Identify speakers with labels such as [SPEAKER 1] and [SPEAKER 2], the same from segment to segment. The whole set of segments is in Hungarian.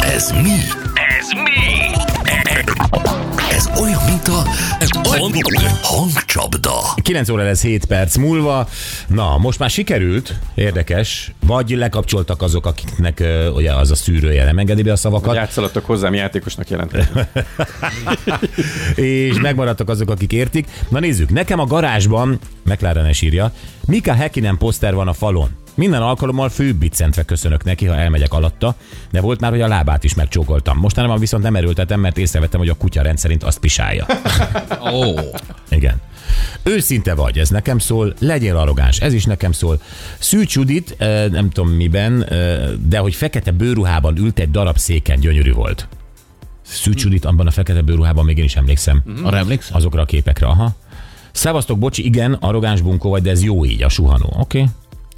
[SPEAKER 1] Ez mi? Ez mi? Ez olyan, mint a hangcsapda.
[SPEAKER 2] 9 óra lesz 7 perc múlva. Na, most már sikerült, érdekes, vagy lekapcsoltak azok, akiknek ö, ugye az a szűrője nem engedi be a szavakat,
[SPEAKER 3] Játszaladtak hozzám játékosnak jelentkezni.
[SPEAKER 2] és megmaradtak azok, akik értik. Na nézzük, nekem a garázsban, McLaren írja, Mika Hekinen poszter van a falon. Minden alkalommal főbiccentve köszönök neki, ha elmegyek alatta, de volt már, hogy a lábát is megcsókoltam. Mostanában viszont nem erőltetem, mert észrevettem, hogy a kutya rendszerint azt pisálja.
[SPEAKER 4] Ó,
[SPEAKER 2] Igen. Őszinte vagy, ez nekem szól, legyél arrogáns, ez is nekem szól. Szűcs Judit, eh, nem tudom miben, eh, de hogy fekete bőruhában ült egy darab széken, gyönyörű volt. Szűcs Judit abban a fekete bőruhában még én is emlékszem
[SPEAKER 4] Mhm. arra emlékszel?
[SPEAKER 2] azokra a képekre, aha. Szevasztok, bocs, igen, arrogáns bunkó vagy, de ez jó így, a suhanó, oké? Okay.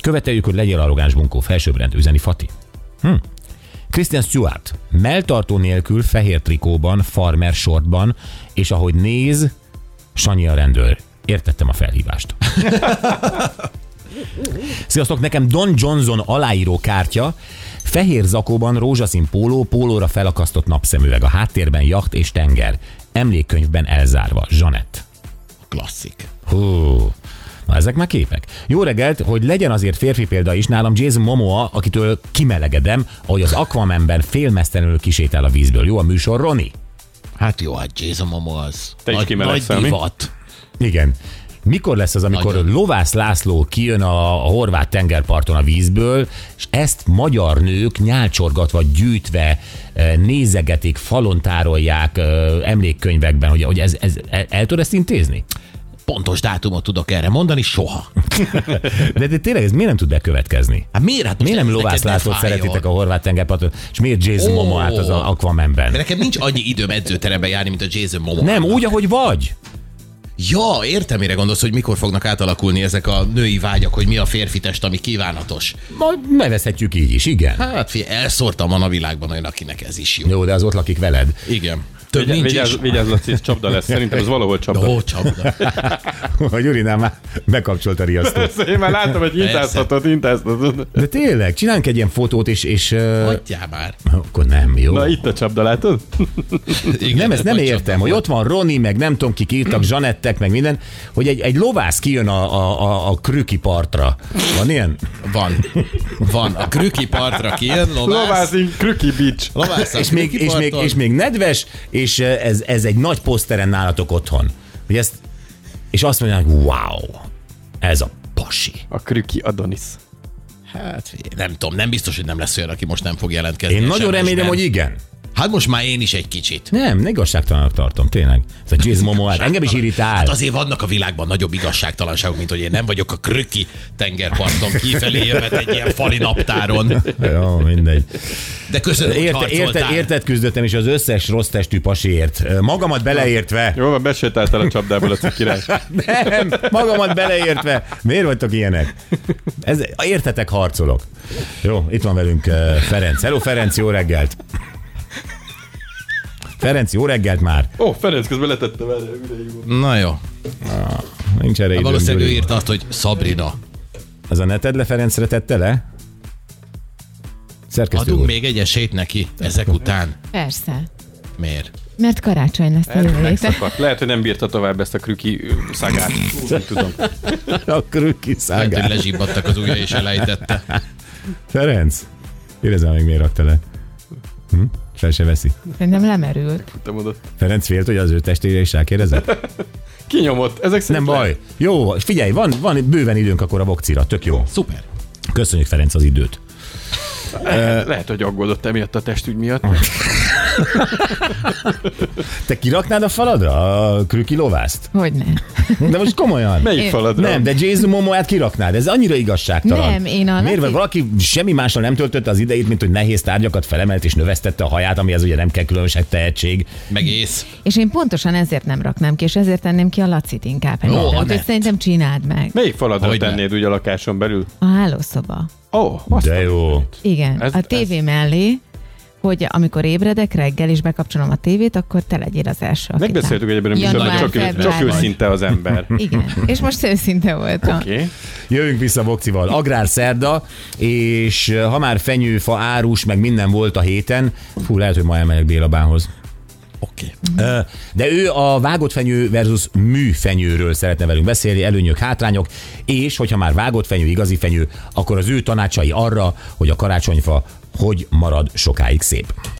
[SPEAKER 2] Követeljük, hogy legyél arrogáns bunkó, felsőbbrend, üzeni Fati. Hm. Christian Stewart, melltartó nélkül, fehér trikóban, farmer sortban, és ahogy néz, Sanyi a rendőr. Értettem a felhívást. Sziasztok, nekem Don Johnson aláíró kártya, fehér zakóban, rózsaszín póló, pólóra felakasztott napszemüveg, a háttérben jacht és tenger, emlékkönyvben elzárva, Zsanett.
[SPEAKER 4] Klasszik.
[SPEAKER 2] Hú, na ezek már képek. Jó reggelt, hogy legyen azért férfi példa is, nálam Jason Momoa, akitől kimelegedem, ahogy az Aquamanben félmeztelenül kisétál a vízből. Jó a műsor, Roni?
[SPEAKER 4] Hát jó, hát Jason Momoa az.
[SPEAKER 3] Te is
[SPEAKER 4] Nagy-
[SPEAKER 3] kimelegszel,
[SPEAKER 4] nagy
[SPEAKER 3] mi?
[SPEAKER 4] divat.
[SPEAKER 2] Igen. Mikor lesz az, amikor
[SPEAKER 4] Nagyon.
[SPEAKER 2] Lovász László kijön a, a horvát tengerparton a vízből, és ezt magyar nők nyálcsorgatva, gyűjtve eh, nézegetik, falon tárolják eh, emlékkönyvekben, hogy, hogy ez, ez, el, el tud ezt intézni?
[SPEAKER 4] Pontos dátumot tudok erre mondani, soha.
[SPEAKER 2] De, de tényleg ez miért nem tud bekövetkezni?
[SPEAKER 4] Hát miért? Hát most
[SPEAKER 2] Miért nem
[SPEAKER 4] ez
[SPEAKER 2] Lovász
[SPEAKER 4] neked ne
[SPEAKER 2] Lászlót
[SPEAKER 4] fájjon?
[SPEAKER 2] szeretitek a horvát tengerparton, és miért Jason
[SPEAKER 4] Ó.
[SPEAKER 2] Momoát az a Aquamanben?
[SPEAKER 4] Mert nekem nincs annyi időm edzőterembe járni, mint a Jason Momoa.
[SPEAKER 2] Nem, úgy, ahogy vagy.
[SPEAKER 4] Ja, értem, mire gondolsz, hogy mikor fognak átalakulni ezek a női vágyak, hogy mi a férfi test, ami kívánatos.
[SPEAKER 2] Majd nevezhetjük így is, igen.
[SPEAKER 4] Hát figyelj, elszórtam van a világban olyan, akinek ez is jó.
[SPEAKER 2] Jó, de az ott lakik veled.
[SPEAKER 4] Igen. Több
[SPEAKER 3] Vigyázz,
[SPEAKER 4] nincs is.
[SPEAKER 3] vigyázz, vigyázz, Laci, ez csapda lesz. Szerintem ez valahol csapda.
[SPEAKER 4] Ó, csapda.
[SPEAKER 2] A Gyurinál már bekapcsolt a riasztót.
[SPEAKER 3] Persze, én már látom, hogy intáztatod, intáztatod.
[SPEAKER 2] De tényleg, csinálunk egy ilyen fotót, és... és ö,
[SPEAKER 4] Hagyjál már.
[SPEAKER 2] akkor nem, jó.
[SPEAKER 3] Na, itt a csapda, látod?
[SPEAKER 4] Igen,
[SPEAKER 2] nem, ezt nem
[SPEAKER 4] nagy
[SPEAKER 2] értem,
[SPEAKER 4] csapda
[SPEAKER 2] hogy
[SPEAKER 4] volt.
[SPEAKER 2] ott van Roni, meg nem tudom kik írtak, Zsanettek, meg minden, hogy egy, egy lovász kijön a, a, a, a krüki partra. Van ilyen?
[SPEAKER 4] Van. Van. A krüki partra kijön, lovász.
[SPEAKER 3] Lovászink, Krüki Beach.
[SPEAKER 4] Lovász a
[SPEAKER 2] és, még,
[SPEAKER 4] Krüki
[SPEAKER 2] és, még,
[SPEAKER 4] parton.
[SPEAKER 2] és még nedves, és eh, ez, ez egy nagy poszteren nálatok otthon. Hogy ezt, és azt mondják, wow, ez a pasi.
[SPEAKER 3] A Krüki Adonis.
[SPEAKER 4] Hát figyelj, nem tudom, nem biztos, hogy nem lesz olyan, aki most nem fog jelentkezni.
[SPEAKER 2] Én
[SPEAKER 4] a
[SPEAKER 2] nagyon
[SPEAKER 4] semmisben.
[SPEAKER 2] remélem, hogy igen.
[SPEAKER 4] Hát most már én is egy kicsit.
[SPEAKER 2] Nem, ne igazságtalanak tartom, tényleg. Ez a Jason Momoa, engem is
[SPEAKER 4] Hát
[SPEAKER 2] irritál.
[SPEAKER 4] azért vannak a világban nagyobb igazságtalanságok, mint hogy én nem vagyok a kröki tengerparton kifelé jövet egy ilyen fali naptáron.
[SPEAKER 2] Jó, mindegy.
[SPEAKER 4] De köszönöm, hogy
[SPEAKER 2] Érte, érte,
[SPEAKER 4] harcoltál.
[SPEAKER 2] érted küzdöttem, és az összes rossz testű pasiért. Magamat beleértve.
[SPEAKER 3] Jó, van, besétáltál a csapdából, Laci király.
[SPEAKER 2] Nem, magamat beleértve. Miért vagytok ilyenek? Ez, értetek, harcolok. Jó, itt van velünk eh, Ferenc. Hello Ferenc, jó reggelt! Ferenc, jó reggelt már!
[SPEAKER 3] Ó, Ferenc közben letettem el. ideig volt.
[SPEAKER 4] Na jó.
[SPEAKER 2] Nincs erre időm,
[SPEAKER 4] Valószínűleg ő
[SPEAKER 2] Gyuri.
[SPEAKER 4] írta azt, hogy Sabrina.
[SPEAKER 2] Az a neted le Ferencre tette le? Szerkesztő
[SPEAKER 4] Adunk
[SPEAKER 2] úr.
[SPEAKER 4] még egy esélyt neki ezek után.
[SPEAKER 5] Persze.
[SPEAKER 4] Miért?
[SPEAKER 5] Mert karácsony lesz a jövő héten.
[SPEAKER 3] Megszakadt. Lehet, hogy nem bírta tovább ezt a Krüki ö, szagát. Ú, Nem tudom.
[SPEAKER 2] A krüki
[SPEAKER 4] Lehet, hogy
[SPEAKER 2] szágát.
[SPEAKER 4] lezsibbadtak az ujja és elejtette.
[SPEAKER 2] Ferenc, érezem még miért rakta le. Hm? Fel se veszi.
[SPEAKER 5] Szerintem lemerült.
[SPEAKER 3] Te mondod.
[SPEAKER 2] Ferenc félt, hogy az ő testére is rákérdezett?
[SPEAKER 3] Kinyomott. Ezek szerint
[SPEAKER 2] Nem baj. Jó, figyelj, van, van bőven időnk akkor a vokcira, tök jó.
[SPEAKER 4] Szuper.
[SPEAKER 2] Köszönjük Ferenc az időt.
[SPEAKER 3] Lehet, lehet, hogy aggódott emiatt a testügy miatt.
[SPEAKER 2] Te kiraknád a faladra a krüki lovászt?
[SPEAKER 5] Hogy ne?
[SPEAKER 2] De most komolyan.
[SPEAKER 3] Melyik
[SPEAKER 5] Én-
[SPEAKER 3] faladra?
[SPEAKER 2] Nem, de Jason Momoát kiraknád, ez annyira igazságtalan.
[SPEAKER 5] Nem, én a
[SPEAKER 2] Miért?
[SPEAKER 5] Laci-
[SPEAKER 2] Mert valaki semmi másra nem töltötte az idejét, mint hogy nehéz tárgyakat felemelt és növesztette a haját, amihez ugye nem kell különösebb tehetség.
[SPEAKER 4] Meg ész.
[SPEAKER 5] És én pontosan ezért nem raknám ki, és ezért tenném ki a Lacit inkább.
[SPEAKER 4] Ó,
[SPEAKER 5] Ó,
[SPEAKER 4] Anett.
[SPEAKER 3] hát.
[SPEAKER 5] Úgyhogy szerintem csináld meg.
[SPEAKER 3] Melyik faladra
[SPEAKER 4] Hogyne.
[SPEAKER 3] tennéd úgy a lakáson belül?
[SPEAKER 5] A hálószoba.
[SPEAKER 3] Ó, azt
[SPEAKER 2] De jó.
[SPEAKER 5] Igen.
[SPEAKER 3] Ez-
[SPEAKER 5] Ez, a tévé mellé, hogy amikor ébredek reggel és bekapcsolom a tévét, akkor te legyél az első. akit
[SPEAKER 3] Megbeszéltük, hogy ebben a
[SPEAKER 5] Január,
[SPEAKER 3] műsorban csak, ő- csak
[SPEAKER 5] február.
[SPEAKER 3] őszinte az ember.
[SPEAKER 5] lát. Igen, és most őszinte voltam.
[SPEAKER 3] Oké. Okay.
[SPEAKER 2] Jövünk vissza Vokcival. Agrár szerda, és eh, ha már fenyőfa, árus, meg minden volt a héten, fú, lehet, hogy ma elmegyek Bélabához.
[SPEAKER 4] Oké.
[SPEAKER 2] Ö, De ő a vágott fenyő versus műfenyőről szeretne velünk beszélni, előnyök, hátrányok, és hogyha már vágott fenyő, igazi fenyő, akkor az ő tanácsai arra, hogy a karácsonyfa hogy marad sokáig szép.